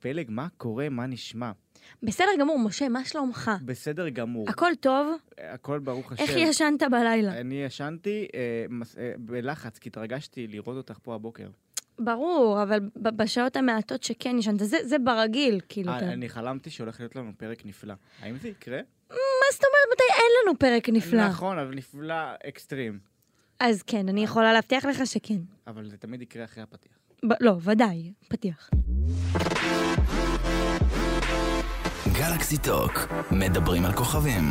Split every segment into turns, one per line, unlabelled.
פלג, מה קורה, מה נשמע?
בסדר גמור, משה, מה שלומך?
בסדר גמור,
אה. הכל טוב?
הכל ברוך השם.
איך ישנת בלילה?
אני ישנתי אה, מס- אה, בלחץ, כי התרגשתי לראות אותך פה הבוקר.
ברור, אבל ב- בשעות המעטות שכן ישנת, זה, זה ברגיל, כאילו.
אה,
אתה-
אני חלמתי שהולך להיות לנו פרק נפלא. האם זה יקרה?
מה זאת אומרת מתי אין לנו פרק נפלא?
נכון, אבל נפלא אקסטרים.
אז כן, אני יכולה להבטיח לך שכן.
אבל זה תמיד יקרה אחרי הפתיח.
ב- לא, ודאי, פתיח.
גלקסי טוק, מדברים על כוכבים.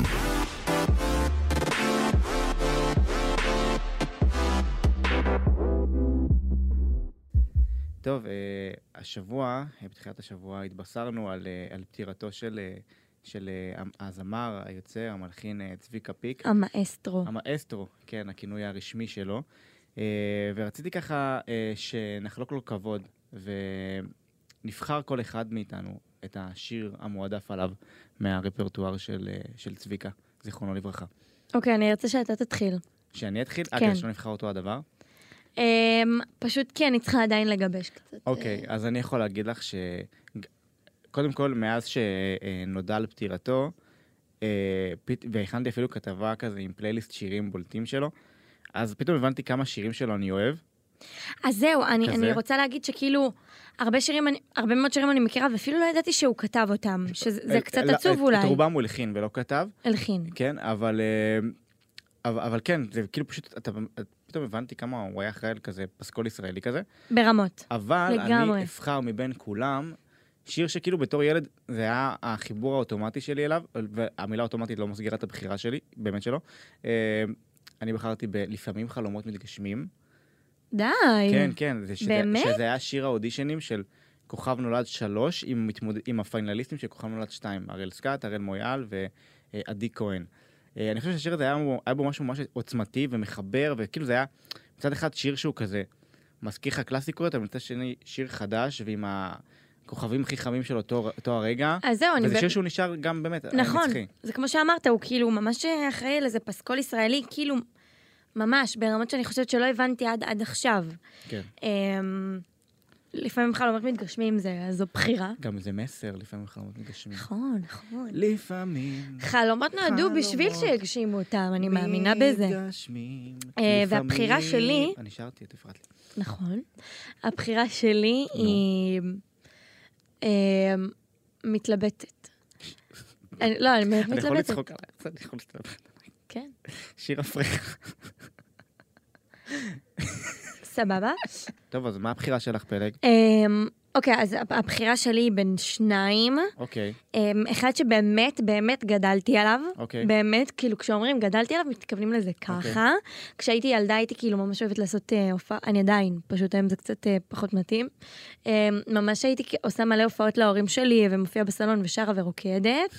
טוב, אה, השבוע, אה, בתחילת השבוע, התבשרנו על, אה, על פטירתו של, אה, של אה, המ- הזמר, היוצר, המלחין אה, צביקה פיק.
המאסטרו.
המאסטרו, כן, הכינוי הרשמי שלו. אה, ורציתי ככה אה, שנחלוק לו כבוד, ונבחר כל אחד מאיתנו את השיר המועדף עליו מהרפרטואר של, אה, של צביקה, זיכרונו לברכה.
אוקיי, אני ארצה שאתה תתחיל.
שאני אתחיל? אה,
כן.
כדי שלא נבחר אותו הדבר?
אמ, פשוט כי אני צריכה עדיין לגבש קצת. אה.
אוקיי, אז אני יכול להגיד לך ש... קודם כל, מאז שנודע על פטירתו, אה, פת- והכנתי אפילו כתבה כזה עם פלייליסט שירים בולטים שלו, אז פתאום הבנתי כמה שירים שלו אני אוהב.
אז זהו, אני,
כזה?
אני רוצה להגיד שכאילו, הרבה שירים, אני, הרבה מאוד שירים אני מכירה, ואפילו לא ידעתי שהוא כתב אותם, שזה זה
אוקיי. אל-
קצת
אל-
עצוב
את-
אולי.
את רובם הוא הלחין ולא כתב,
אלחין.
כן, אבל... אה, אבל, אבל כן, זה כאילו פשוט, אתה, פתאום הבנתי כמה הוא היה אחראי על כזה פסקול ישראלי כזה,
ברמות.
אבל לגמרי.
לגמרי.
אני אבחר מבין כולם שיר שכאילו בתור ילד זה היה החיבור האוטומטי שלי אליו, והמילה אוטומטית לא מסגירה את הבחירה שלי, באמת שלא. אה, אני בחרתי ב"לפעמים חלומות מתגשמים".
די.
כן, כן, זה שזה,
באמת?
שזה היה שיר האודישנים של כוכב נולד 3 עם, מתמוד... עם הפיינליסטים של כוכב נולד 2, הראל סקאט, הראל מויאל ועדי כהן. אה, אני חושב שהשיר הזה היה, בו- היה בו משהו ממש עוצמתי ומחבר, וכאילו זה היה מצד אחד שיר שהוא כזה מזכיר לך קלאסיקות, אבל מצד שני שיר חדש ועם הכוכבים הכי חמים של אותו, אותו הרגע.
אז זהו, אה, לא, אני...
וזה
ב-
שיר שהוא נשאר גם באמת אה,
נכון,
נצחי.
זה כמו שאמרת, הוא כאילו ממש אחראי על איזה פסקול ישראלי, כאילו, ממש, ברמות שאני חושבת שלא הבנתי עד, עד עכשיו.
כן.
אמ, לפעמים חלומות מתגשמים, זה, אז זו בחירה.
גם זה מסר, לפעמים חלומות מתגשמים.
נכון, נכון.
לפעמים
חלומות נועדו
חלומות.
בשביל שיגשימו אותם, אני מאמינה בזה.
מתגשמים.
אה,
לפעמים-
והבחירה שלי-
אני שרתי, את הפרעת לי.
נכון. הבחירה שלי
נו.
היא אמ, מתלבטת. אני- לא, אני באמת
אני יכול
מתלבטת.
לצחוק עלייך, זה אני יכול לצחוק.
כן,
שיר אפריך.
סבבה.
טוב, אז מה הבחירה שלך, פלג?
אמ, אוקיי, אז הפ- הבחירה שלי היא בין שניים.
אוקיי,
אמ, אחד שבאמת, באמת גדלתי עליו.
אוקיי.
באמת, כאילו, כשאומרים גדלתי עליו, מתכוונים לזה ככה. כשהייתי ילדה הייתי כאילו ממש אוהבת לעשות אה, הופעה, אני עדיין, פשוט היום זה קצת אה, פחות מתאים. אה, ממש הייתי כ- עושה מלא הופעות להורים שלי, ומופיעה בסלון ושרה ורוקדת.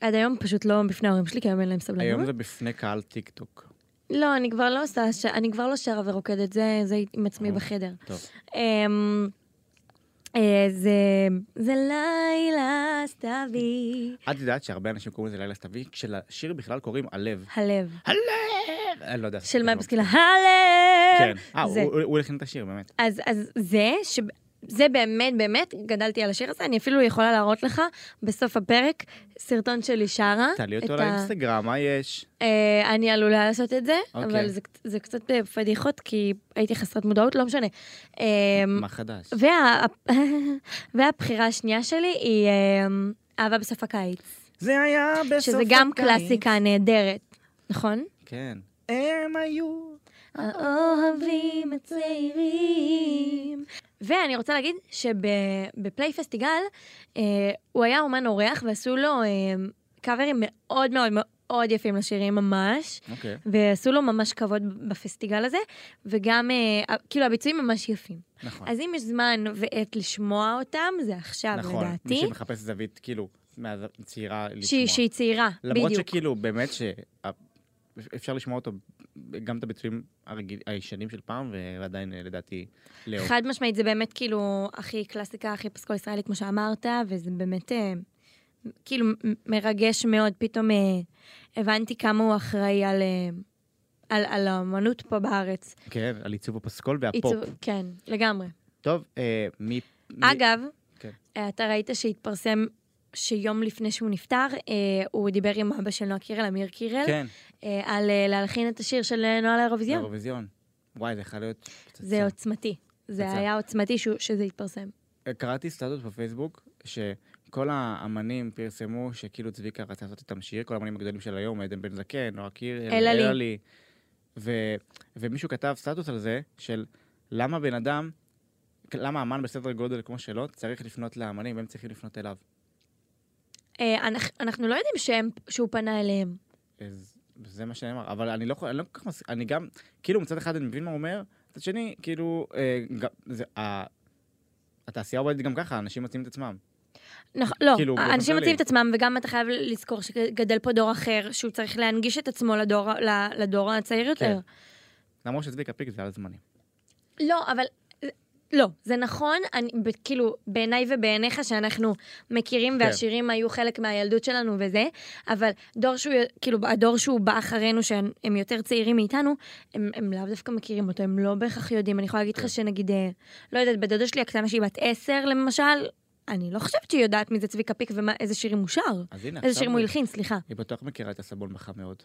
עד היום פשוט לא בפני ההורים שלי, כי היום אין להם סבלנות.
היום זה בפני קהל טיק טוק.
לא, אני כבר לא עושה, ש... אני כבר לא שרה ורוקדת, זה, זה עם עצמי
אוה.
בחדר.
טוב.
אמ, אה, זה, זה לילה סתיווי,
את יודעת שהרבה אנשים קוראים לזה לילה סתווי, כשלשיר בכלל קוראים הלב.
הלב.
הלב! אני לא יודע.
של מאבס כאילו, הלב!
כן. אה,
זה. אה,
הוא- הוא הוא הלחין את השיר, באמת.
אז, אז זה, ש... זה באמת, באמת, גדלתי על השיר הזה, אני אפילו יכולה להראות לך בסוף הפרק סרטון שלי שרה.
תעלי אותו
את ה-
לאינסטגרם, מה יש?
אה, אני עלולה לעשות את זה,
אוקיי.
אבל זה, קצ- זה קצת אה, פדיחות, כי הייתי חסרת מודעות, לא משנה. אמ,
מה חדש?
וה... והבחירה השנייה שלי היא אמ, אהבה בסוף הקיץ,
זה היה בסוף
שזה גם
הקיץ.
קלאסיקה נהדרת, נכון?
כן. הם היו...
האוהבים הצעירים. ואני רוצה להגיד שבפליי פסטיגל אה, הוא היה אומן אורח ועשו לו אה, קאברים מאוד מאוד מאוד יפים לשירים ממש.
אוקיי.
ועשו לו ממש כבוד בפסטיגל הזה, וגם, אה, כאילו, הביצועים ממש יפים.
נכון.
אז אם יש זמן ועת לשמוע אותם, זה עכשיו,
נכון, מי
לדעתי.
שמחפש זווית, כאילו, מהצעירה לשמוע.
שהיא שהיא צעירה,
למרות
בדיוק.
שכאילו, באמת שאפשר לשמוע אותו, גם את הביצועים הרגיל, הישנים של פעם, ועדיין אה, לדעתי לאהוב.
חד משמעית, זה באמת כאילו הכי קלאסיקה, הכי פסקול ישראלי, כמו שאמרת, וזה באמת אה, כאילו מ- מרגש מאוד. פתאום אה, הבנתי כמה הוא אחראי על... אה, על, על האמנות פה בארץ.
כן, על עיצוב הפסקול והפופ.
עיצוב- כן, לגמרי.
טוב, אה, מי... מי-
אגב,
כן.
אה, אתה ראית שהתפרסם שיום לפני שהוא נפטר, אה, הוא דיבר עם אבא של נועה קירל, אמיר קירל,
כן,
אה, על אה, להלחין את השיר של אה, נועה לאירוויזיון.
אירוויזיון. וואי, זה יכול להיות... פצצה.
זה עוצמתי. זה
פצצה.
היה עוצמתי שהוא- שזה התפרסם.
קראתי סטטוס בפייסבוק, שכל האמנים פרסמו שכאילו צביקה רצה לעשות איתם שיר, כל האמנים הגדולים של היום, עדן בן זקן, נועה קירל,
אלה לי.
ו- ומישהו כתב סטטוס על זה, של למה בן אדם, למה אמן בסדר גודל כמו שלו, צריך לפנות לאמנים, והם צריכים לפנות אליו.
אה, אנחנו- אנחנו לא יודעים שהם- שהוא פנה אליהם.
אז זה מה שנאמר, אבל אני לא יכול, אני לא כל כך מסכים, אני גם, כאילו מצד אחד אני מבין מה הוא אומר, מצד שני, כאילו, אה, גם, זה, ה, התעשייה עובדת גם ככה, אנשים מוצאים את עצמם.
נכון, לא,
כאילו, באופן
אנשים
כללי.
מוצאים את עצמם, וגם אתה חייב לזכור שגדל פה דור אחר, שהוא צריך להנגיש את עצמו לדור, ה- ל- לדור
כן.
הצעיר יותר.
למרות שצביקה פיק זה על זמני.
לא, אבל... לא, זה נכון, אני, ב- כאילו, בעיניי ובעיניך שאנחנו מכירים
כן.
והשירים היו חלק מהילדות שלנו וזה, אבל דור שהוא, י- כאילו, הדור שהוא בא אחרינו, שהם הם יותר צעירים מאיתנו, הם, הם לאו דווקא מכירים אותו, הם לא בהכרח יודעים. אני יכולה להגיד לך
כן.
שנגיד, אה, לא יודעת, בדודה שלי הקטנה שהיא בת עשר למשל, אני לא חושבת שהיא יודעת מי זה צביקה פיק ואיזה שירים הוא שר.
אז הנה,
איזה
עכשיו
שירים הוא
זה-
הלחין, סליחה.
היא בטוח מכירה את הסבון בחם מאוד.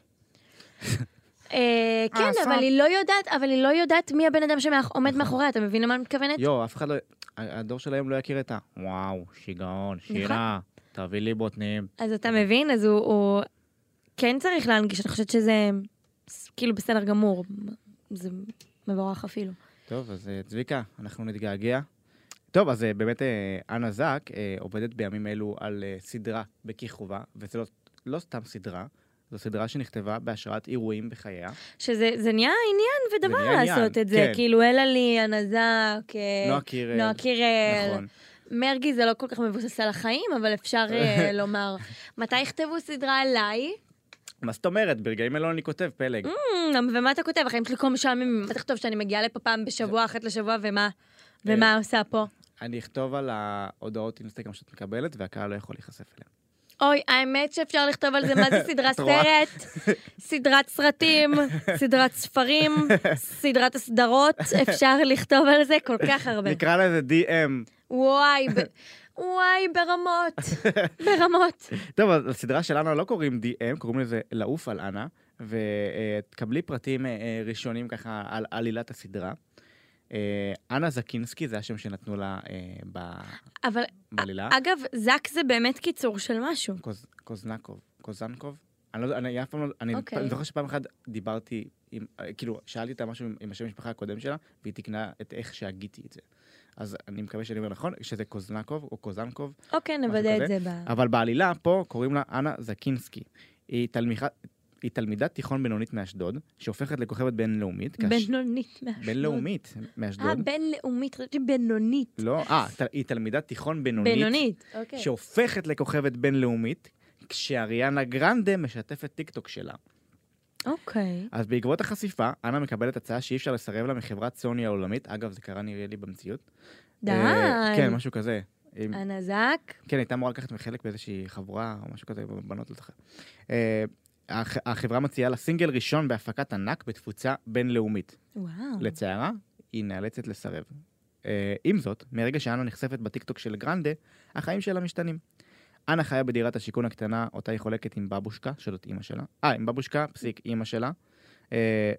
אה, כן,
אסף.
אבל היא לא יודעת, אבל היא לא יודעת מי הבן אדם שעומד
נכון.
מאחוריה, אתה מבין למה אני מתכוונת?
יואו, אף אחד לא... הדור של היום לא יכיר את ה... וואו, שיגעון,
נכון.
שירה, תביא לי בוטנים.
אז אתה מבין? אז הוא- הוא כן צריך להנגיש, אני חושבת שזה ס- כאילו בסדר גמור. זה מבורך אפילו.
טוב, אז אה, צביקה, אנחנו נתגעגע. טוב, אז אה, באמת אה, אנה זק אה, עובדת בימים אלו על אה, סדרה בכיכובה, וזו לא, לא סתם סדרה, זו סדרה שנכתבה בהשראת אירועים בחייה.
שזה זה נהיה עניין
זה
ודבר
נהיה עניין,
לעשות את זה.
כן.
כאילו, אלה לי, הנזק, אה,
נועה קירל.
נועה קירל.
נכון.
מרגי זה לא כל כך מבוסס על החיים, אבל אפשר אה, לומר. מתי יכתבו סדרה עליי?
מה זאת אומרת? ברגעים אלו אני כותב פלג.
"אמ, ומה אתה כותב? החיים שלי כל משעממים, מה תכתוב שאני מגיעה לפה פעם בשבוע, אחת לשבוע, ומה?
אה.
ומה עושה פה?
אני אכתוב על ההודעות אינסטגרם שאת מקבלת, והקהל לא יכול להיחשף אליהן.
אוי, האמת שאפשר לכתוב על זה מה זה סדרה
את רואה?
סרט, סדרת סרטים, סדרת ספרים, סדרת הסדרות, אפשר לכתוב על זה כל כך הרבה.
נקרא לזה DM.
וואי, ב- וואי, ברמות, ברמות.
טוב, אז לסדרה של אנה לא קוראים DM, קוראים לזה לעוף על אנה, ותקבלי פרטים אה, אה, ראשונים ככה על עלילת הסדרה. אה, אנה זקינסקי, זה השם שנתנו לה אה, ב-
אבל
בעלילה.
אגב, זק זה באמת קיצור של משהו.
קוז- קוזנקוב, קוזנקוב? אני לא יודע, אני אף פעם לא, אני
אוקיי.
אני זוכר שפעם אחת דיברתי עם, אה, כאילו, שאלתי אותה משהו עם- עם השם המשפחה הקודם שלה, והיא תיקנה את איך שהגיתי את זה. אז אני מקווה שאני אומר נכון, שזה קוזנקוב או קוזנקוב,
אוקיי,
משהו
נוודא את
כזה. אה,
זה ב...
אבל בעלילה פה קוראים לה אנה זקינסקי. היא, תלמיכה, היא תלמידת תיכון בינונית מאשדוד, שהופכת לכוכבת בינלאומית. כאש-
בינונית מאשדוד.
בינלאומית
אה,
מאשדוד.
בינלאומית, חשבתי בינונית.
לא, אה, ת- היא תלמידת תיכון בינונית,
בינונית, אוקיי.
שהופכת לכוכבת בינלאומית, כשאריאנה גרנדה משתפת טיקטוק שלה.
אוקיי.
אז בעקבות החשיפה, אנה מקבלת הצעה שאי אפשר לסרב לה מחברת סוני העולמית. אגב, זה קרה נראה לי במציאות.
די.
אה, כן, משהו כזה. היא-
אנה זק.
כן, הייתה אמורה לקחת מחלק באיזושהי חבורה או משהו כזה, בנות לא זוכר. אה, הח- החברה מציעה לה סינגל ראשון בהפקת ענק בתפוצה בינלאומית.
וואו.
לצערה, היא נאלצת לסרב. אה, עם זאת, מרגע שאנה נחשפת בטיקטוק של גרנדה, החיים שלה משתנים. אנה חיה בדירת השיכון הקטנה, אותה היא חולקת עם בבושקה, שזאת אימא שלה. אה, עם בבושקה, פסיק, אימא שלה. אה,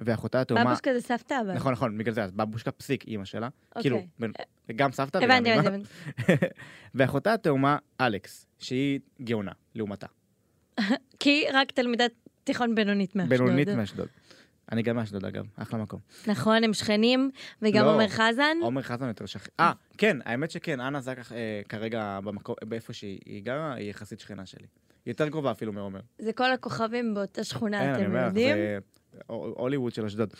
ואחותה התאומה...
בבושקה זה סבתא, אבל.
נכון, נכון, בגלל זה, אז בבושקה, פסיק, אימא שלה.
אוקיי.
כאילו, בין- גם אה? סבתא וגם
הבנתי,
אימא.
הבנתי. הבנתי.
ואחותה התאומה, אלכס, שהיא גאונה, לעומתה.
כי רק תלמידת תיכון בינונית מאשדוד.
בינונית מאשדוד. אני גם מאשדוד, אגב, אחלה מקום.
נכון, הם שכנים, וגם
לא.
עומר חזן.
עומר חזן יותר שכן. אה, כן, האמת שכן, אנה זק אה, כרגע במקום, באיפה שהיא היא גרה, היא יחסית שכנה שלי. היא יותר קרובה אפילו מעומר.
זה כל הכוכבים באותה
אין,
שכונה,
אני
אתם
אומר לך,
יודעים?
זה הו- הוליווד של אשדוד.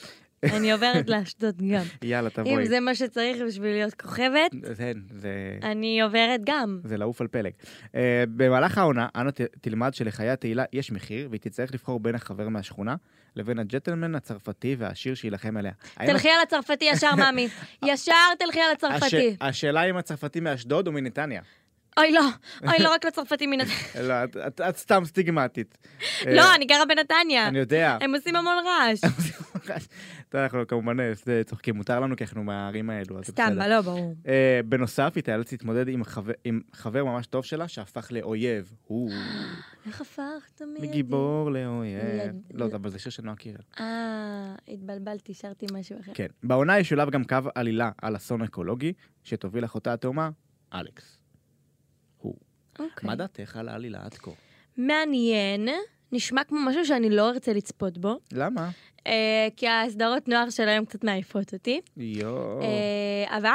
אני עוברת לאשדוד גם.
יאללה,
אם
תבואי.
זה אה. מה שצריך בשביל להיות כוכבת,
זה... זה...
אני עוברת גם.
זה לעוף על פלג. Uh, במהלך העונה, אנה ת, תלמד שלחיי התהילה יש מחיר, והיא תצטרך לבחור בין החבר מהשכונה לבין הג'טלמן הצרפתי והעשיר שיילחם עליה. האם
תלכי על הצרפתי ישר, מאמי. ישר תלכי על
הש-
הצרפתי.
השאלה אם הצרפתי מאשדוד או מנתניה.
אוי, לא. אוי, לא רק לצרפתי מן...
לא, את, את, את סתם סטיגמטית. אה,
לא, אני גרה בנתניה.
אני יודע.
הם עושים המון רעש.
אתה יודע, אנחנו כמובן אה, זה, צוחקים, מותר לנו כי אנחנו מהערים האלו, אז זה
סתם,
בסדר.
לא, ברור.
אה, בנוסף, היא תיאלץ להתמודד עם חבר- עם חבר ממש טוב שלה שהפך לאויב. הוא
איך הפכת מיידי?
מגיבור לאויב.
לד-
לא, זה- אבל זה שיר של נועה קירל.
אה, התבלבלתי, שרתי משהו אחר.
כן. בעונה ישולב גם קו עלילה על אסון אקולוגי, שתוביל אחותה התאומה, אלכס. הוא.
אוקיי.
מה דעתך על העלילה עד כה?
מעניין, נשמע כמו משהו שאני לא ארצה לצפות בו,
למה?
אה, כי הסדרות נוער שלהם קצת מעייפות אותי.
יואו.
אה, אבל,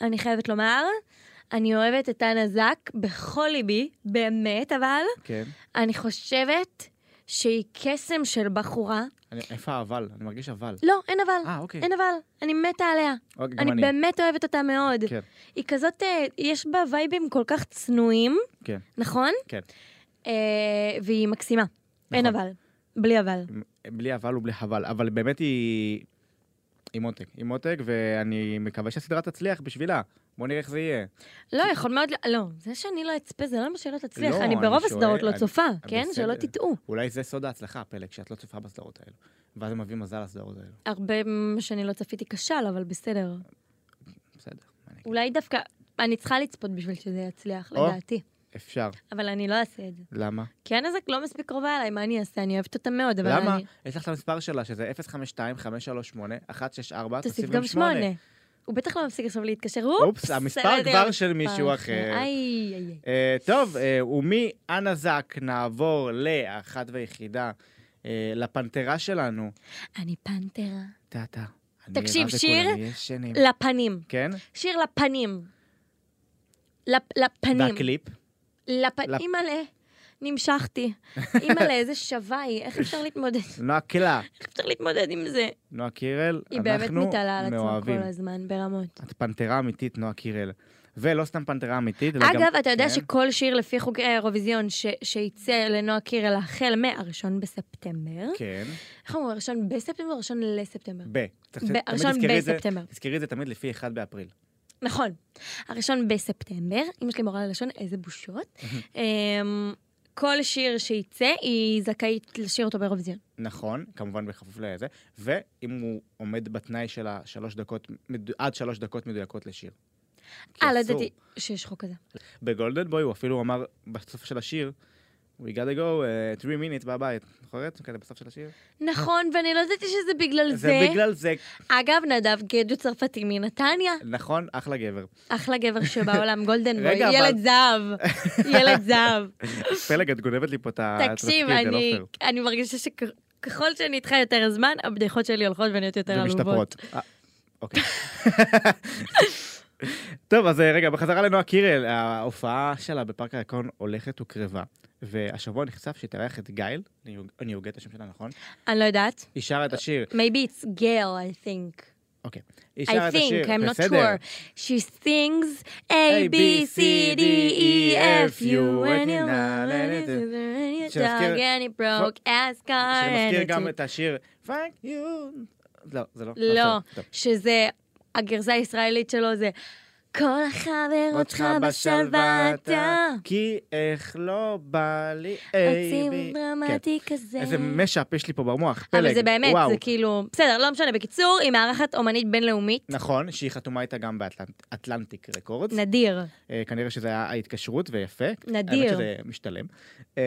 אני חייבת לומר, אני אוהבת את טנה זק בכל ליבי, באמת, אבל
כן.
אני חושבת שהיא קסם של בחורה.
אני- איפה האבל? אני מרגיש אבל.
לא, אין אבל.
אה, אוקיי.
אין אבל, אני מתה עליה.
אוקיי, גם
אני
אני.
באמת אוהבת אותה מאוד.
כן.
היא כזאת, אה, יש בה וייבים כל כך צנועים,
כן.
נכון?
כן.
אה, והיא מקסימה. אין
נכון.
אבל. בלי אבל.
בלי אבל ובלי חבל, אבל באמת היא... עם עותק, עם עותק, ואני מקווה שהסדרה תצליח בשבילה. בוא נראה איך זה יהיה.
לא, יכול מאוד... ל- לא, זה שאני לא אצפה זה לא אומר שלא תצליח.
לא,
אני
אני
ברוב
שואל,
הסדרות לא
אני-
צופה,
בסדר.
כן? שלא תטעו.
אולי זה סוד ההצלחה, פלג, שאת לא צופה בסדרות האלו. ואז הם מביאים מזל לסדרות האלו.
הרבה ממה שאני לא צפיתי כשל, אבל בסדר.
בסדר. מה אני אגיד?
אולי דווקא... אני צריכה לצפות בשביל שזה יצליח,
או.
לדעתי.
אפשר.
אבל אני לא אעשה את זה.
למה?
כי הנזק לא מספיק קרובה אליי, מה אני אעשה? אני אוהבת אותה מאוד, אבל
למה? אה,
אני...
יש לך את המספר שלה, שזה 052-538-164,
תוסיף גם שמונה. הוא בטח לא מפסיק עכשיו להתקשר, הוא...
אופס, המספר כבר של מישהו אחר.
איי, איי, איי.
אה, טוב, אה, ומאנה זק נעבור לאחת ויחידה, אה, לפנתרה שלנו.
אני פנתרה.
טאטה. אני
תקשיב,
רב
שיר
לכולם, ישנים.
לפנים.
כן?
שיר לפנים. לפ- לפנים.
והקליפ? לפ-
לפ- אימא'לה, נמשכתי. אימא'לה, איזה שווה היא, איך אפשר להתמודד?
נועה קילה.
איך אפשר להתמודד עם זה?
נועה קירל,
היא באמת
אנחנו
מתעלה על עצמה
מאוהבים.
כל הזמן, ברמות.
את פנתרה אמיתית, נועה קירל. ולא סתם פנתרה אמיתית, אלא גם...
אגב, אתה יודע
כן.
שכל שיר לפי חוקי האירוויזיון ש- שיצא לנועה קירל החל מהראשון בספטמבר,
כן.
איך אומרים, הראשון בספטמבר או הראשון לספטמבר?
ב. צריך
ב-
תמיד
הראשון
תזכרי את זה-
בספטמבר.
תזכרי את זה תמיד לפי 1 באפריל.
נכון. הראשון בספטמבר, אמא שלי מורה ללשון, איזה בושות. אמ, כל שיר שיצא, היא זכאית לשיר אותו באירוויזיון.
נכון, כמובן בכפוף לזה, ואם הוא עומד בתנאי של השלוש דקות, מדו- עד שלוש דקות מדויקות לשיר. כי
אה, לא
אסור.
ידעתי שיש חוק כזה.
בגולדן בוי הוא אפילו אמר בסוף של השיר, We gotta go, uh, three minutes בבית, זוכרת? כזה בסוף של השיר.
נכון, ואני לא ידעתי שזה בגלל זה.
זה בגלל זה,
אגב, נדב גד הוא צרפתי מנתניה,
נכון, אחלה גבר.
אחלה גבר שבעולם, גולדן בוי,
רגע, אבל-
ילד זהב, ילד זהב.
פלג, את גונבת לי פה את ה- את
תקשיב,
התפקיד, זה לא
אני-
פייר.
אני מרגישה שככל שאני איתך יותר זמן, הבדיחות שלי הולכות ונהיות יותר עלובות.
ומשתפרות. אה, אוקיי. טוב, אז אה, רגע, בחזרה לנועה קירל, ההופעה שלה בפארק הירקון הולכת וקרבה, והשבוע נחשף שהיא תארח את גייל, אני הוג- אני הוגה את השם שלה, נכון?
אני לא יודעת.
היא שרה את השיר,
Maybe it's Gail, I think.
אוקיי. היא שרה
I
את השיר,
think, I'm not
בסדר.
sure. She sings A, B, C, D, E, F, U, and you are your dog,
שמזכיר-
and it broke as car,
שמזכיר
and
גם
it's...
את השיר, פאק יו. לא, זה לא.
לא,
טוב, טוב.
שזה, הגרסה הישראלית שלו זה כל החברות
אותך
שלך בשלוותה,
כי איך לא בא לי, איי בי.
עוצים דרמטי כזה.
כן. איזה משאפ יש לי פה במוח, פלג.
אבל זה באמת,
וואו.
זה כאילו, בסדר, לא משנה. בקיצור, היא מארחת אומנית בינלאומית,
נכון, שהיא חתומה איתה גם באטלנטיק רקורדס.
נדיר.
אה, כנראה שזה היה ההתקשרות, ויפה.
נדיר.
האמת שזה משתלם. אה,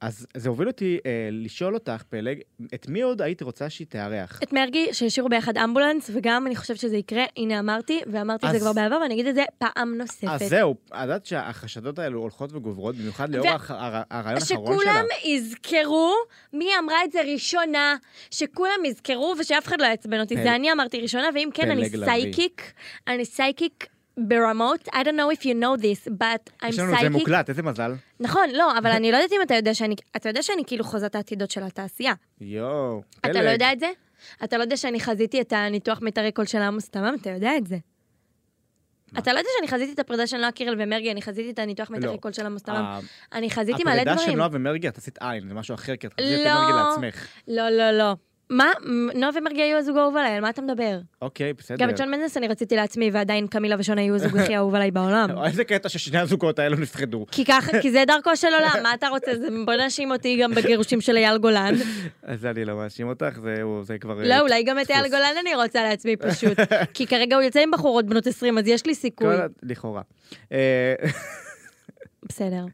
אז זה הוביל אותי אה, לשאול אותך, פלג, את מי עוד היית רוצה שהיא תארח?
את מרגי, שהשאירו ביחד אמבולנס, וגם אני חושבת שזה יקרה, הנה אמרתי, ואמרתי את זה
אז-
כבר בעבר, ואני אגיד את זה פעם נוספת.
אז זהו, את יודעת שהחשדות האלו הולכות וגוברות, במיוחד לאור
ו-
הח- הר- הרעיון האחרון שלה.
שכולם יזכרו מי אמרה את זה ראשונה, שכולם יזכרו ושאף אחד לא יעצבן אותי.
פל-
זה אני אמרתי ראשונה, ואם כן, אני
פלג לביא.
סייקיק, אני סייקיק ברמות. I don't know if you know this, but I'm
יש לנו את זה
psychic.
מוקלט, איזה מזל.
נכון, לא, אבל אני לא יודעת אם אתה יודע שאני, אתה יודע שאני כאילו חוזה את העתידות של התעשייה.
יואו, פלג.
אתה לא יודע את זה? אתה לא יודע שאני חזיתי את הניתוח מיתרי קול של עמוס תמם? אתה יודע את זה. אתה לא יודע שאני חזיתי את הפרידה של נועה קירל ומרגי, אני חזיתי את הניתוח מיתרי
לא.
קול של עמוס תמם.
ה-
אני חזיתי מלא
הפרידה של
דברים.
נועה ומרגי, את עשית עין, זה משהו אחר, כי את חזית את
לא.
מרגי לעצמך.
לא, לא, לא. מה? נועה ומרגי היו הזוג האהוב עליי, על מה אתה מדבר?
אוקיי, בסדר.
גם את שון מנדס אני רציתי לעצמי, ועדיין קמילה ושון היו הזוג הכי אהוב עליי בעולם.
לא, איזה קטע ששני הזוגות האלו נפחדו.
כי ככה, כי זה דרכו של עולם, מה אתה רוצה? זה בוא נאשים אותי גם בגירושים של אייל גולן.
אז אני לא מאשים אותך, זה- הוא- זה כבר...
לא,
אה,
אולי גם את
דפוס.
אייל גולן אני רוצה לעצמי פשוט. כי כרגע הוא יוצא עם בחורות בנות 20, אז יש לי סיכוי.
כל ה- לכאורה. אה,
בסדר.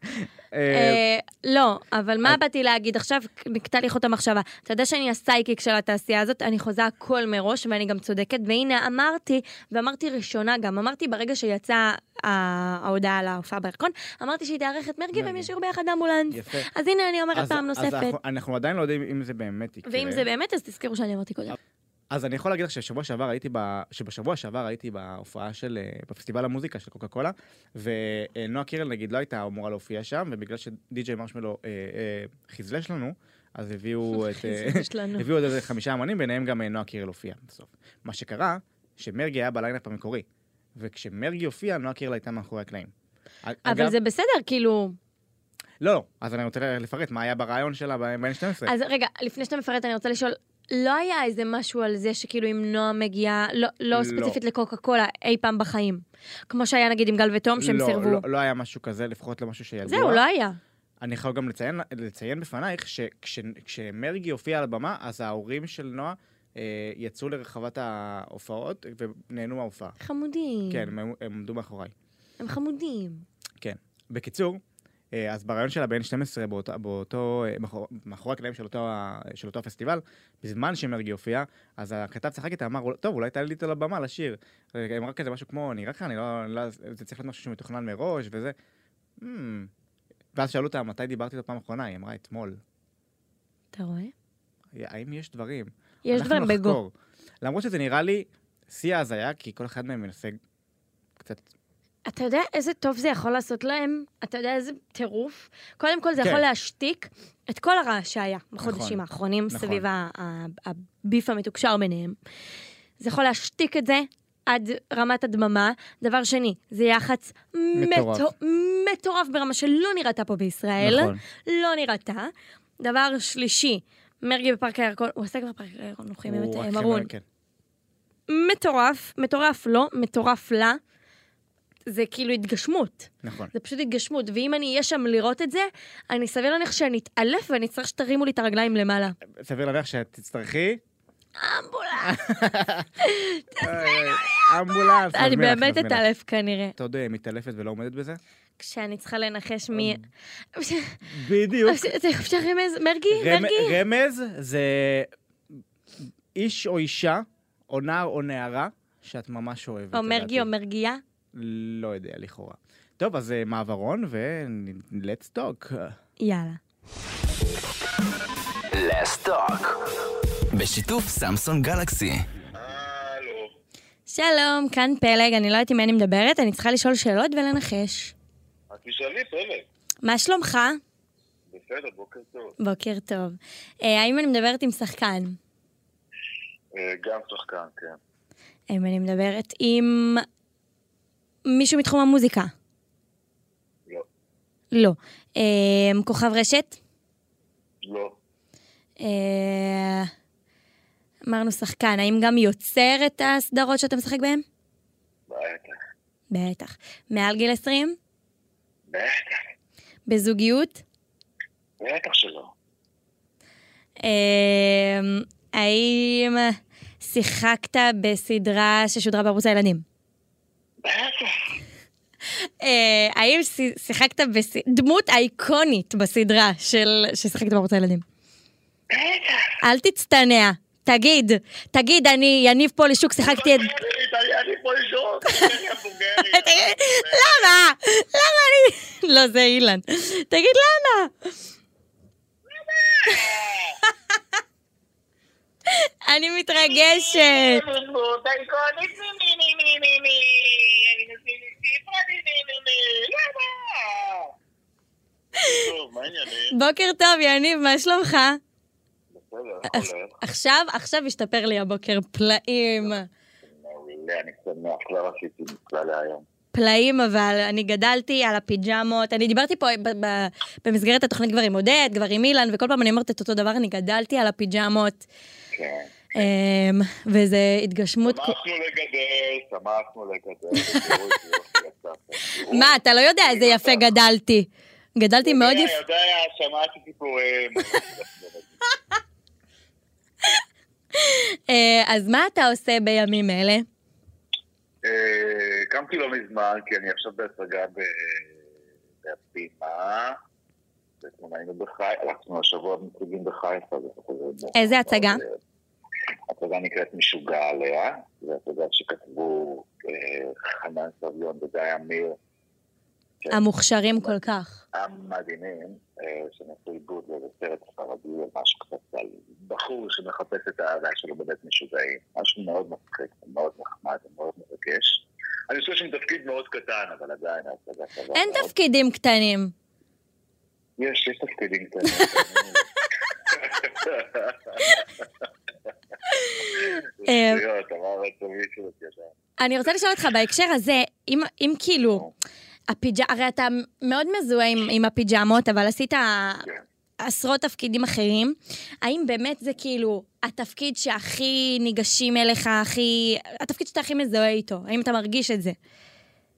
אה,
אה, לא, אבל מה באתי להגיד? עכשיו נקטע לי חוט המחשבה. אתה יודע שאני הסייקיק של התעשייה הזאת, אני חוזה הכל מראש ואני גם צודקת. והנה אמרתי, ואמרתי ראשונה גם, אמרתי ברגע שיצאה ה- ההודעה על ההופעה בירקון, אמרתי שהיא תארח את מרגי והם
מרגי.
ישאירו ביחד אמבולנס.
יפה.
אז הנה אני אומרת
אז-
פעם
אז
נוספת.
אנחנו- אנחנו עדיין לא יודעים אם זה באמת יקרה.
ואם זה באמת, אז תזכרו שאני אמרתי קודם.
אז אני יכול להגיד לך שבשבוע שעבר הייתי, ב... שבשבוע שעבר הייתי בהופעה של, אה, בפסטיבל המוזיקה של קוקה קולה, ונועה קירל נגיד לא הייתה אמורה להופיע שם, ובגלל שדי.ג'יי מרשמלו אה, אה, חזלש לנו, אז הביאו את... אה,
יש לנו.
הביאו עוד איזה חמישה אמנים, ביניהם גם אה, נועה קירל הופיעה בסוף. מה שקרה, שמרגי היה בליינאפ המקורי, וכשמרגי הופיע, נועה קירל הייתה מאחורי הקלעים.
אבל
אגב-
זה בסדר, כאילו...
לא, לא, אז אני רוצה לפרט מה היה ברעיון שלה ב- ב-N12.
אז רגע, לפני שאתה מפרט, אני רוצה לשאול, לא היה איזה משהו על זה שכאילו אם נועה מגיעה, לא, לא,
לא.
ספציפית לקוקה קולה, אי פעם בחיים. כמו שהיה נגיד עם גל ותום, שהם
לא,
סירבו.
לא, לא היה משהו כזה, לפחות לא משהו שידוע.
זהו, לא היה.
אני יכול גם לציין, לציין בפנייך שכשמרגי הופיע על הבמה, אז ההורים של נועה אה, יצאו לרחבת ההופעות ונהנו מההופעה.
Mm. חמודים.
כן, הם, היו- הם עמדו מאחוריי.
הם חמודים.
בקיצור, אה, אז ברעיון שלה ב-N12, באותו, באותו, אה, מאחור- מאחורי הקלעים של אותו, ה- של אותו הפסטיבל, בזמן שמרגי הופיע, אז הכתב צחק איתה, אמר, "אול- טוב, אולי תעלי איתו לבמה לשיר. היא אמרה כזה משהו כמו, נראה לך, אני לא, אני לא... זה צריך להיות משהו שמתוכנן מראש וזה. "Hmm." ואז שאלו אותה, מתי דיברתי איתו פעם אחרונה? היא אמרה, אתמול.
אתה רואה?
האם יש דברים?
יש
אנחנו
דברים בגו.
נחקור. למרות שזה נראה לי שיא ההזיה, כי כל אחד מהם מנסה קצת...
אתה יודע איזה טוב זה יכול לעשות להם? אתה יודע איזה טירוף? קודם כל, זה
כן.
יכול להשתיק את כל הרעש שהיה בחודשים
נכון,
האחרונים
נכון.
סביב ה- ה- הביף המתוקשר ביניהם. זה יכול להשתיק את זה עד רמת הדממה. דבר שני, זה יח"צ
מטורף.
מטו- מטורף ברמה שלא נראתה פה בישראל.
נכון.
לא נראתה. דבר שלישי, מרגי בפארק הירקון, הוא עשה כבר פארק הירקון, אנחנו חיים
הוא רק
את אה,
חימם-
מרון.
כן.
מטורף, מטורף לא, מטורף לה. זה כאילו התגשמות,
נכון.
זה פשוט התגשמות, ואם אני אהיה שם לראות את זה, אני סביר להניח שאני אתעלף ואני אצטרך שתרימו לי את הרגליים למעלה.
סביר להניח שאת תצטרכי...
אמבולנס!
אה, אמבולנס.
אני
נזמין לך,
באמת
נזמין לך.
אתעלף כנראה.
את עוד אה, מתעלפת ולא עומדת בזה?
כשאני צריכה לנחש מי...
בדיוק.
אפשר רמז? מרגי?
רמ-
מרגי?
רמז אה, זה איש או אישה, או נער או נערה, שאת ממש אוהבת.
או מרגי
לדעתי.
או מרגייה?
לא יודע, לכאורה. טוב, אז אה, מעברון ו... let's talk.
יאללה.
בשיתוף סמסון גלקסי.
הלו,
שלום, כאן פלג, אני לא יודעת עם מי אני מדברת, אני צריכה לשאול שאלות ולנחש.
את תשאלי פלג.
מה שלומך?
בסדר, בוקר טוב.
בוקר טוב. אה, האם אני מדברת עם שחקן?
אה, גם שחקן, כן.
האם אני מדברת עם מישהו מתחום המוזיקה?
לא.
לא. אה, כוכב רשת?
לא,
אה, אמרנו שחקן, האם גם יוצר את הסדרות שאתה משחק בהן?
בטח.
בטח. מעל גיל 20?
בטח,
בזוגיות?
בטח שלא.
אה, האם שיחקת בסדרה ששודרה בערוץ הילדים?
בטח.
אה, האם ש- שיחקת בדמות אייקונית בסדרה של... ששיחקת בערוץ הילדים? אל תצטנע. תגיד, תגיד, אני, יניב פולישוק, שיחקתי את...
אני פה לישון, אני הבוגרי.
תגיד, למה? למה אני... לא, זה אילן. תגיד, למה? אני מתרגשת.
טוב, מה העניינים?
בוקר טוב, יניב, מה שלומך?
בסדר, איך הולך?
עכשיו, עכשיו השתפר לי הבוקר פלאים.
מעולה, אני שמח, כבר עשיתי נפלא לא להיום.
פלאים, אבל אני גדלתי על הפיג'מות. אני דיברתי פה ב- ב- במסגרת התוכנית כבר עם עודד, כבר עם אילן, וכל פעם אני אומרת את אותו דבר, אני גדלתי על הפיג'מות.
כן.
אמ, וזה התגשמות... כל-
שמחנו לגדל, שמחנו לגדל. לא ותראו איזה יופי יצא.
מה, אתה לא יודע איזה יפה גדלתי. גדלתי מאוד
יודע,
יפה.
יודע, שמעתי סיפורים. לא
אה, אז מה אתה עושה בימים אלה?
אה, קמתי לא מזמן, כי אני עכשיו בהצגה ב- בהבימה. בעצם היינו בחיפה, אנחנו השבוע מציגים בחיפה. זה חוזר בו.
איזה הצגה?
אה, הצגה נקראת משוגע עליה. זו הצגה שכתבו אה, חנן סביון וגיא אמיר.
המוכשרים כל כך.
המדהימים, אה, שנעשו עיבוד לאיזה סרט ספרדי או משהו קצת על בחור שמחפש את האהבה שלו בבית משוגעים. משהו מאוד מצחיק, מאוד נחמד ומאוד מרגש. אני חושב שזה תפקיד מאוד קטן, אבל עדיין ההצגה כזאת.
אין תפקידים קטנים.
יש, יש תפקידים קטנים.
אה,
שטויות, אמר את זה מישהו, את יודעת.
אני רוצה לשאול אותך בהקשר הזה, אם, אם כאילו, הפיג'... הרי אתה מאוד מזוהה עם, עם הפיג'מות, אבל עשית
כן.
עשרות תפקידים אחרים. האם באמת זה כאילו התפקיד שהכי ניגשים אליך, הכי... התפקיד שאתה הכי מזוהה איתו? האם אתה מרגיש את זה?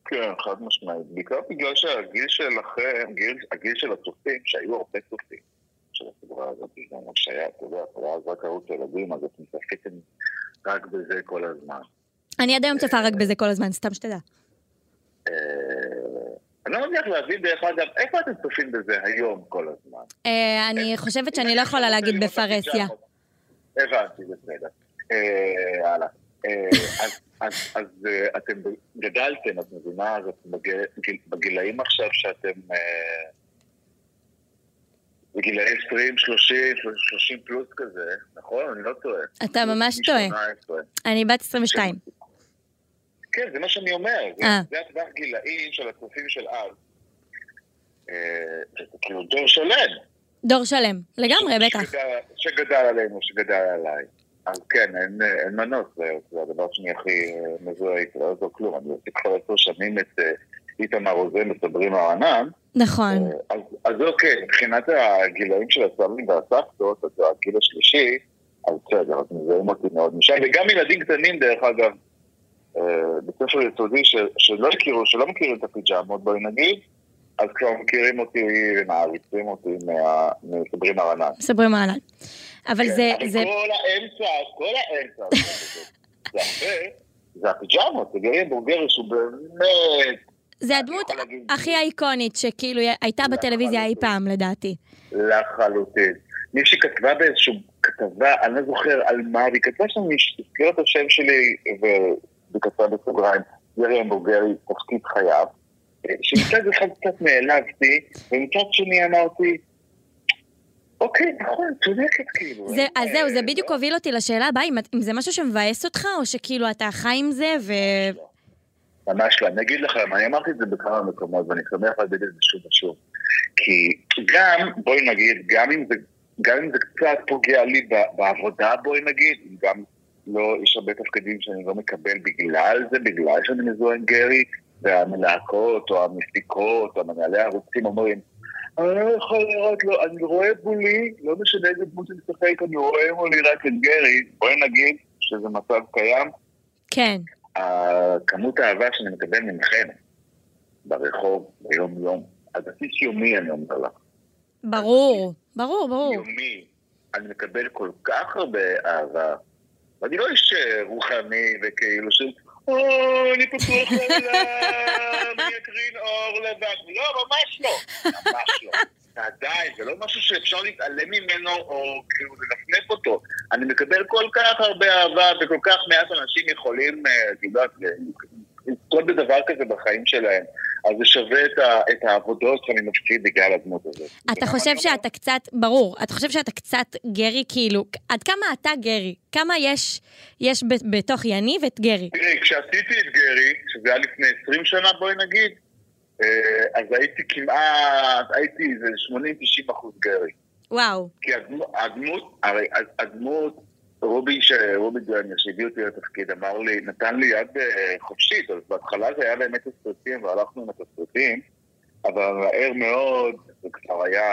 כן, חד משמעית. בעיקר בגלל שהגיל שלכם, גיל, הגיל של הצופים, שהיו הרבה צופים של הסדרה הזאת, גם כשהיה, אתה יודע, היה אז רק ערוץ ילדים, אז אתם צפיתם רק בזה כל הזמן.
אני עד היום צופה רק בזה כל הזמן, סתם שתדע.
אה, אני לא מצליח להבין, דרך אגב, איפה אתם צופים בזה היום כל הזמן?
אה, אני חושבת שאני לא יכולה להגיד בפרהסיה.
הבנתי, בסדר. אה, הלאה. אה, אז- אז- אז אה, אתם ב- גדלתם, את מבינה? אז אתם בגיל- גיל- בגילאים עכשיו שאתם... אה, בגילאי 20, 30, 30 פלוס כזה, נכון? אני לא טועה.
אתה ממש טועה.
18.
אני בת 22.
כן, זה מה שאני אומר. זה-
אה.
זה הטווח גילאים של הצופים של אז. אה, זה כאילו דור שלם.
דור שלם. לגמרי, בטח.
שגדל- שגדל עלינו, שגדל עליי. אז כן, אין, אין מנוס, זה, זה הדבר שאני הכי אה, מזוהה איתו, לא יעזור כלום. אני עושה כבר עשר שנים את אה, איתמר רוזן מסברים הענן,
נכון.
אה, אז, אז אוקיי, מבחינת הגילאים של הסבים והסבתות, אז זה הגיל השלישי, אז בסדר, אז מזהים אותי מאוד משם, וגם ילדים קטנים דרך אגב, אה, בית ספר יסודי ש, שלא הכירו, שלא מכירים את הפיג'מות, בואי נגיד, אז כבר מכירים אותי ומעריצים אותי מה- מסברים הענן.
מספרים אהלן. אבל
כן,
זה...
אבל
זה-
כל האמצע, כל האמצע, הזה, זה יפה, זה הפיג'מות, זה גרעין בורגרי שהוא באמת,
זה הדמות
יכול להגיד-
הכי האיקונית שכאילו הייתה בטלוויזיה אי פעם, לדעתי.
לחלוטין. מישהי כתבה באיזושהי כתבה, אני לא זוכר על מה, והיא כתבה שם, היא הזכירה את השם שלי, והיא כתבה בסוגריים, ירי המבוגרי, תפקיד חייו. אה, שמצד אחד קצת נעלבתי, ומצד שני אמרתי, אוקיי, נכון, צודקת כאילו.
זה, אז זהו, זה
אה,
בדיוק הוביל אותי לשאלה הבאה, אם, את- אם זה משהו שמבאס אותך, או שכאילו אתה חי עם זה, ו...
ממש לא. אני אגיד לכם, אני אמרתי את זה בכמה מקומות, ואני שמח להגיד את זה שוב ושוב. כי גם, בואי נגיד, גם אם זה, גם אם זה קצת פוגע לי ב- בעבודה, בואי נגיד, גם לא, יש הרבה תפקידים שאני לא מקבל בגלל זה, בגלל שאני מזוהה עם גרי, והמלהקות, או המפיקות, או המנהלי הערוצים אומרים, אני לא יכול לראות, לא, אני רואה מולי, לא משנה איזה דמות אני משחק, אני רואה מולי רק את גרי, בואי נגיד שזה מצב קיים,
כן.
הכמות האהבה שאני מקבל ממכם ברחוב, ביום-יום, על בסיס יומי אני אומר לך,
ברור. ברור, ברור.
יומי, אני מקבל כל כך הרבה אהבה, ואני לא איש אה, רוחני וכאילו של, או, אני פתוח לעולם, אני אקרין אור לבן, לא, ממש לא, ממש לא. עדיין, זה לא משהו שאפשר להתעלם ממנו או כאילו לנפנף אותו. אני מקבל כל כך הרבה אהבה וכל כך מעט אנשים יכולים, אה, את יודעת, לזכות בדבר כזה בחיים שלהם. אז זה שווה את, ה, את העבודות שאני מפקיד בגלל הדמות הזאת.
אתה
זה
חושב
ממש לא-
שאתה קצת, ברור, אתה חושב שאתה קצת גרי, כאילו, עד כמה אתה גרי? כמה יש, יש ב- בתוך יניב את גרי?
תראי, כשעשיתי את גרי, שזה היה לפני 20 שנה, בואי נגיד, אה, אז הייתי כמעט, הייתי איזה 80-90 אחוז גרי.
וואו.
כי הדמו- הדמות, הרי הדמות, רובי, ש... רובי גויאני, שהביא אותי לתפקיד, אמר לי, נתן לי יד אה, חופשית, אז בהתחלה זה היה באמת תסריטים, והלכנו עם התסריטים, אבל מהר מאוד, זה כבר היה,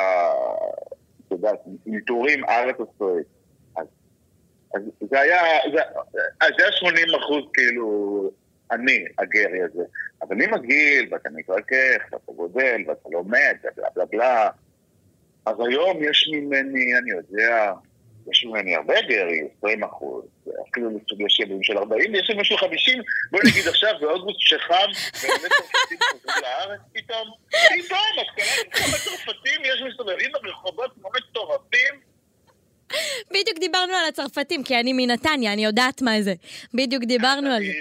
את יודעת, ניטורים על התסריט. אז, אז זה היה, זה, אז זה היה 80 אחוז כאילו, אני, הגרי הזה. אבל עם הגיל, ואתה מתרכך, ואתה גודל, ואתה לומד, ובלה בלה בלה. אז היום יש ממני, אני יודע, יש ממני הרבה גרי, 20 אחוז, אפילו לסוגי שבים של 40, יש ממני של 50, בואי נגיד עכשיו, באוגוסט שחם, באמת צרפתים חוזרים לארץ פתאום, פתאום, אז קלטתי כמה צרפתים יש מסתובבים ברחובות כמו מטורפים.
בדיוק דיברנו על הצרפתים, כי אני מנתניה, אני יודעת מה זה. בדיוק דיברנו על זה.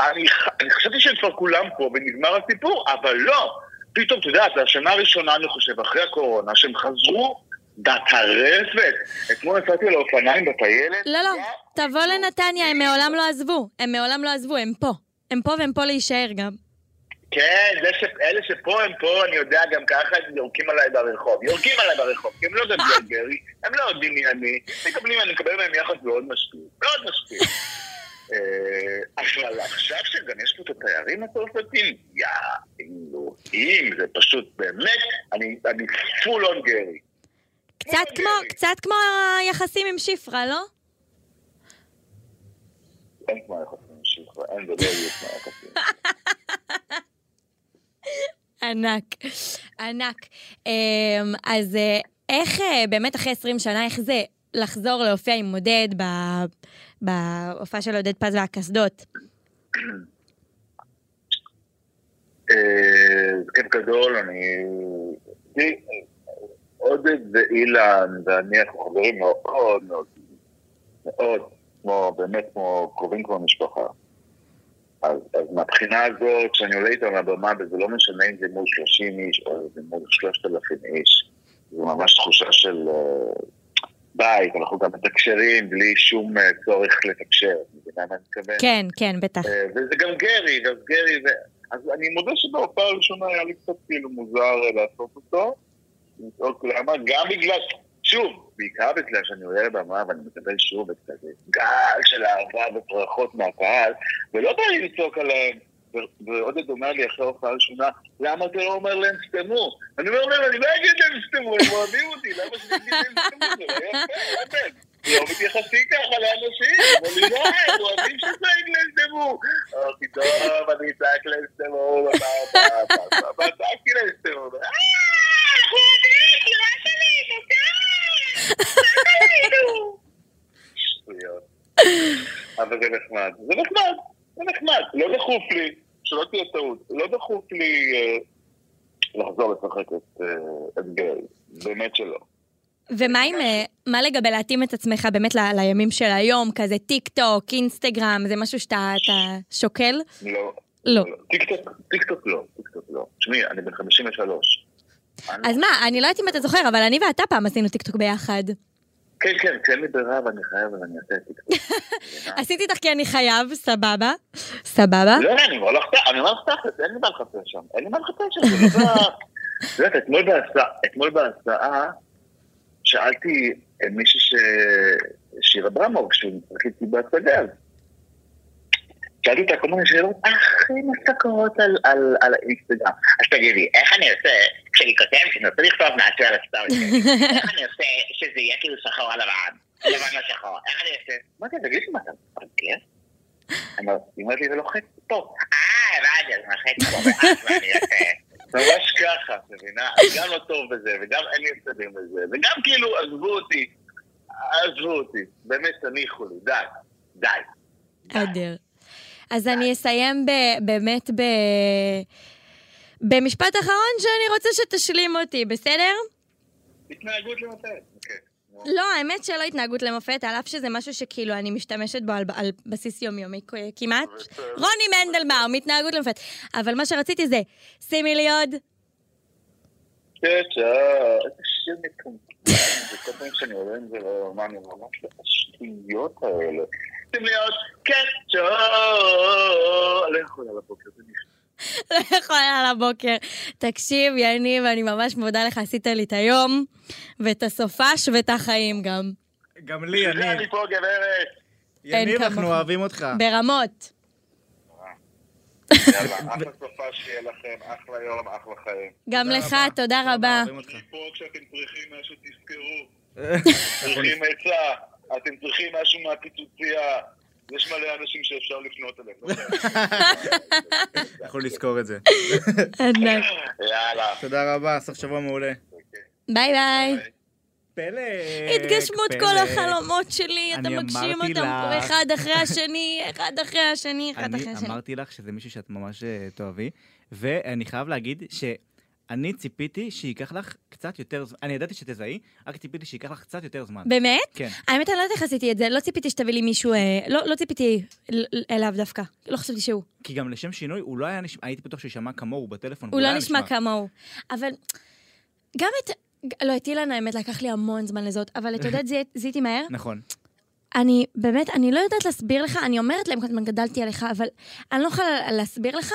אני, אני חשבתי שהם כבר כולם פה ונגמר הסיפור, אבל לא. פתאום, אתה יודע, זו השנה הראשונה, אני חושב, אחרי הקורונה, שהם חזרו בטרפת. אתמול נסעתי על האופניים בטיילת.
לא, לא,
היה
תבוא לנתניה, הם מעולם לא עזבו. הם מעולם לא עזבו, הם פה. הם פה והם פה להישאר גם.
כן, זה ש... אלה שפה הם פה, אני יודע, גם ככה הם יורקים עליי ברחוב. יורקים עליי ברחוב, כי הם לא יודעים להיות גרי, הם לא יודעים מי אני. מקבלים, אני מקבל מהם יחס מאוד משפיל. מאוד משפיל. אה, אבל עכשיו שגם יש פה את התיירים הצרפתים, יא אלוהים, זה פשוט באמת, אני, אני פול און גרי.
קצת כמו, קצת כמו היחסים עם שפרה, לא?
אין כמו יחסים שלך, אין ולא יהיו כמו יחסים.
ענק, ענק. אמ, אז אה, איך אה, באמת אחרי 20 שנה, איך זה לחזור להופיע עם עודד ב- בהופעה של עודד פז והקסדות?
אה, זה כיף גדול, אני... תראי, עודד ואילן ואני, אנחנו חברים מאוד מאוד, מאוד, כמו, באמת כמו קרובים כמו משפחה. אז, אז מהבחינה הזאת, כשאני עולה איתם לבמה, וזה לא משנה אם זה מול 30 איש או זה מול 3,000 איש, זו ממש תחושה של אה, בית, אנחנו גם מתקשרים בלי שום אה, צורך לתקשר, מבינה מה אני מתכוון?
כן, כן, בטח.
אה, וזה גם גרי, אז גרי זה... אז אני מודה שבהופעה הראשונה היה לי קצת כאילו מוזר אה, לעשות אותו. לצעוק למה? גם בגלל... שוב, בעיקר בגלל שאני עולה לבמה ואני מקבל שוב את כזה גל של אהבה ופרחות מהקהל, ולא בא לי לצעוק עליהם. ו- ועודד אומר לי אחרי ההופעה הראשונה, למה אתה לא אומר להם סתמו? אני אומר להם, אני לא אגיד להם סתמו, הם אוהבים אותי, למה שאני אגיד להם סתמו? זה לא יפה, אבן. לא מתייחסים ככה לאנשים, אבל לא, הם אוהבים שצועק להם סתמו. אמרתי, טוב, אני אצעק להם סתמו, וצעקתי להם סתמו. "אה, אנחנו יודעים, דירה שלי, תודה, מה עלינו?" שטויות. אה, אבל זה נחמד. זה נחמד, זה נחמד. לא דחוף לי, שלא תהיה טעות, לא דחוף לי אה, לחזור לשחק את אה, את גרי. באמת שלא.
ומה עם, אה, מה לגבי להתאים את עצמך באמת ל- לימים של היום, כזה טיק טוק, אינסטגרם, זה משהו שאתה אתה שוקל?
לא.
לא.
טיקטוק, טיקטוק לא, טיקטוק לא. תשמעי, אני בן 53. אני-
אז מה, אני לא יודעת אם אתה זוכר, אבל אני ואתה פעם עשינו טיקטוק ביחד.
כן, כן, תן לי ברירה ואני חייב ואני אעשה טיקטוק.
עשיתי איתך כי אני חייב, סבבה. סבבה.
לא, אני אומר לך, אני אומר לך תכלס, אין לי מה לחפש שם. אין לי מה לחפש שם, זה לא... את יודעת, אתמול בהסעה, אתמול בהסעה, שאלתי אה, מישהי ש... שיר אברמוב, שמשחקת איתי בהצגה, אז שאלתי אותה כל מיני שאלות הכי מסקרות על, על, על האינסטגרם. אז תגידי, איך אני עושה, כשאני כותב, כשאני רוצה לכתוב משהו על הסטורי, איך אני עושה שזה יהיה כאילו שחור על לבן, לבן על שחור, איך אני עושה? אמרתי, תגידי, מה אתה מפגר? אני אומר, היא אומרת לי, זה לוחץ פה. אה, הבנתי, אז לוחץ פה, ואז מה אני עושה? ממש ככה, את מבינה? אז גם לא טוב בזה, וגם אין לי הפסדים בזה, וגם כאילו, עזבו אותי, עזבו אותי, באמת, תניחו לי, די, די. די.
אדיר. אז אני אסיים ב, באמת ב... במשפט אחרון שאני רוצה שתשלים אותי, בסדר?
התנהגות למתי? אוקיי. נו.
לא, האמת שלא התנהגות למופת, על אף שזה משהו שכאילו אני משתמשת בו על, על בסיס יומיומי כ- כמעט.
אה,
בסדר.
לא
רוני מנדלבאום, התנהגות למופת. אבל מה שרציתי זה, שימי לי עוד.
צ'צ'ה, איזה שיר מקומקם. וכל פעם שאני עולה עם זה למה אני ממש לא השטויות האלה. צריכים להיות קצ'ה. לא יכול על הבוקר, זה נכנס.
לא יכולה על הבוקר. תקשיב, יניב, אני ממש מודה לך, עשית לי את היום, ואת הסופש ואת החיים גם.
גם לי, יניב.
אני פה גברת.
אין
יניב, אנחנו
כמוך.
אוהבים אותך.
ברמות.
יאללה, אחלה סופה שיהיה לכם, אחלה יום, אחלה חיים.
גם
תודה
לך,
רבה.
תודה רבה.
אוהבים אותך.
אני פה כשאתם צריכים משהו, תזכרו. צריכים עצה, אתם צריכים משהו מהפיצוצייה. יש מלא אנשים שאפשר לפנות אליהם. אוקיי?
יכול לזכור את זה.
ענק.
יאללה.
תודה רבה, סוף שבוע מעולה.
ביי ביי.
פלא.
התגשמות כל החלומות שלי, אתה
אה, אני
מגשים
אמרתי
אותם
לך.
אחד אחרי השני, אחד אחרי השני, אחד אחרי
אני
השני.
אמרתי לך שזה מישהו שאת ממש אה, תאהבי, ואני חייב להגיד שאני ציפיתי שייקח לך קצת יותר זמן, אני ידעתי שתזהי, רק ציפיתי שייקח לך קצת יותר זמן.
באמת?
כן.
האמת, אני לא יודעת איך עשיתי את זה, לא ציפיתי שתביא לי מישהו, אה, לא לא ציפיתי ל- אליו דווקא, לא חשבתי שהוא.
כי גם לשם שינוי, הוא לא היה נשמע, הייתי בטוח שהוא יישמע כמוהו בטלפון.
הוא לא
היה
נשמע כמוהו. אבל גם את... לא, את אילן, האמת, לקח לי המון זמן לזאת, אבל את יודעת, זיהית- זיהיתי מהר.
נכון.
אני באמת, אני לא יודעת להסביר לך, אני אומרת להם כל הזמן, גדלתי עליך, אבל אני לא יכולה להסביר לך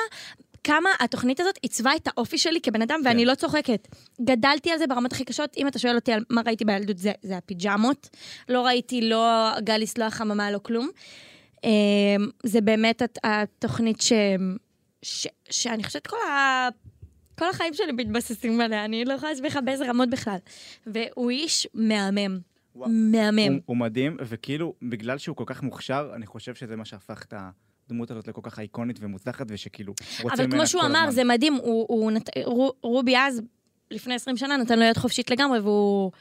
כמה התוכנית הזאת עיצבה את האופי שלי כבן אדם, ואני
כן.
לא צוחקת. גדלתי על זה ברמות הכי קשות. אם אתה שואל אותי על מה ראיתי בילדות, זה, זה הפיג'מות. לא ראיתי לא גליס, לא החממה, לא כלום. אמ, זה באמת הת- התוכנית ש... ש... שאני חושבת כל ה... כל החיים שלי מתבססים עליה, אני לא יכולה להסביר לך באיזה רמות בכלל. והוא איש מהמם.
וואו.
מהמם.
הוא, הוא מדהים, וכאילו, בגלל שהוא כל כך מוכשר, אני חושב שזה מה שהפך את הדמות הזאת לכל כך אייקונית ומוצלחת, ושכאילו, רוצים
אבל כמו
ממנה
שהוא
כל
אמר,
הזמן.
זה מדהים, הוא, הוא נת... רו- רובי אז, לפני 20 שנה, נתן לו יד חופשית לגמרי, והוא...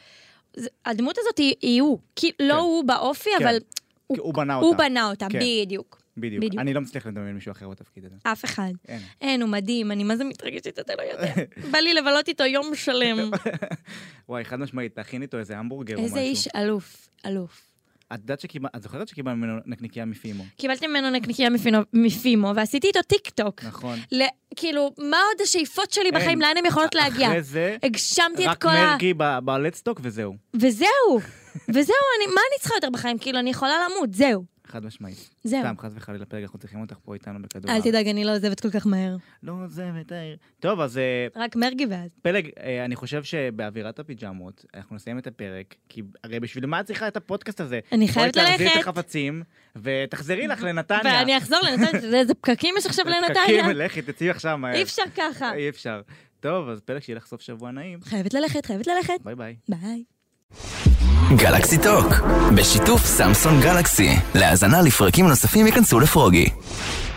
זה- הדמות הזאת היא, היא הוא. כי לא
כן.
הוא באופי,
כן.
אבל
כי הוא בנה אותה.
הוא בנה אותה,
כן.
בדיוק.
בדיוק.
בדיוק.
אני לא מצליח לדמיין מישהו אחר בתפקיד הזה.
אף אחד.
אין.
אין, הוא מדהים, אני מה זה מתרגשת, אתה לא יודע. בא לי לבלות איתו יום שלם.
וואי, חד משמעית, תכין איתו איזה המבורגר או משהו.
איזה איש אלוף, אלוף.
את יודעת שקיבלת, את זוכרת שקיבלנו ממנו נקניקיה מפימו.
קיבלתי ממנו נקניקייה מפינו- מפימו, ועשיתי איתו טיק טוק.
נכון.
ל- כאילו, מה עוד השאיפות שלי בחיים,
אין.
לאן הן יכולות להגיע?
אחרי זה,
הגשמתי את
רק
כל ה...
מרגי ב- בלדסטוק וזהו,
וזהו, וזהו, אני, מה אני צריכה יותר בחיים? כאילו, אני יכולה למות, זהו.
חד משמעית.
זהו.
סתם, חס וחלילה, פרק, אנחנו צריכים אותך פה איתנו בכדור.
אל
הארץ.
תדאג, אני לא עוזבת כל כך מהר.
לא, זה מתאר. טוב, אז אה,
רק מרגי ואז.
פלג, אה, אני חושב שבאווירת הפיג'מות, אנחנו נסיים את הפרק, כי הרי בשביל מה את צריכה את הפודקאסט הזה?
אני חייבת
בואי תחזירי את
ללכת,
החפצים, ותחזרי לך לנתניה.
ואני אחזור לנתניה, אתה יודע איזה פקקים יש עכשיו לנתניה?
פקקים, לכי, תצאי עכשיו מהר.
אי אפשר ככה.
אי אפשר. טוב, אז פלג, שיהיה לך סוף שבוע נעים.
חייבת ללכת, חייבת ללכת.
ביי ביי.
ביי.
גלקסי טוק, בשיתוף סמסון גלקסי. להאזנה לפרקים נוספים ייכנסו לפרוגי.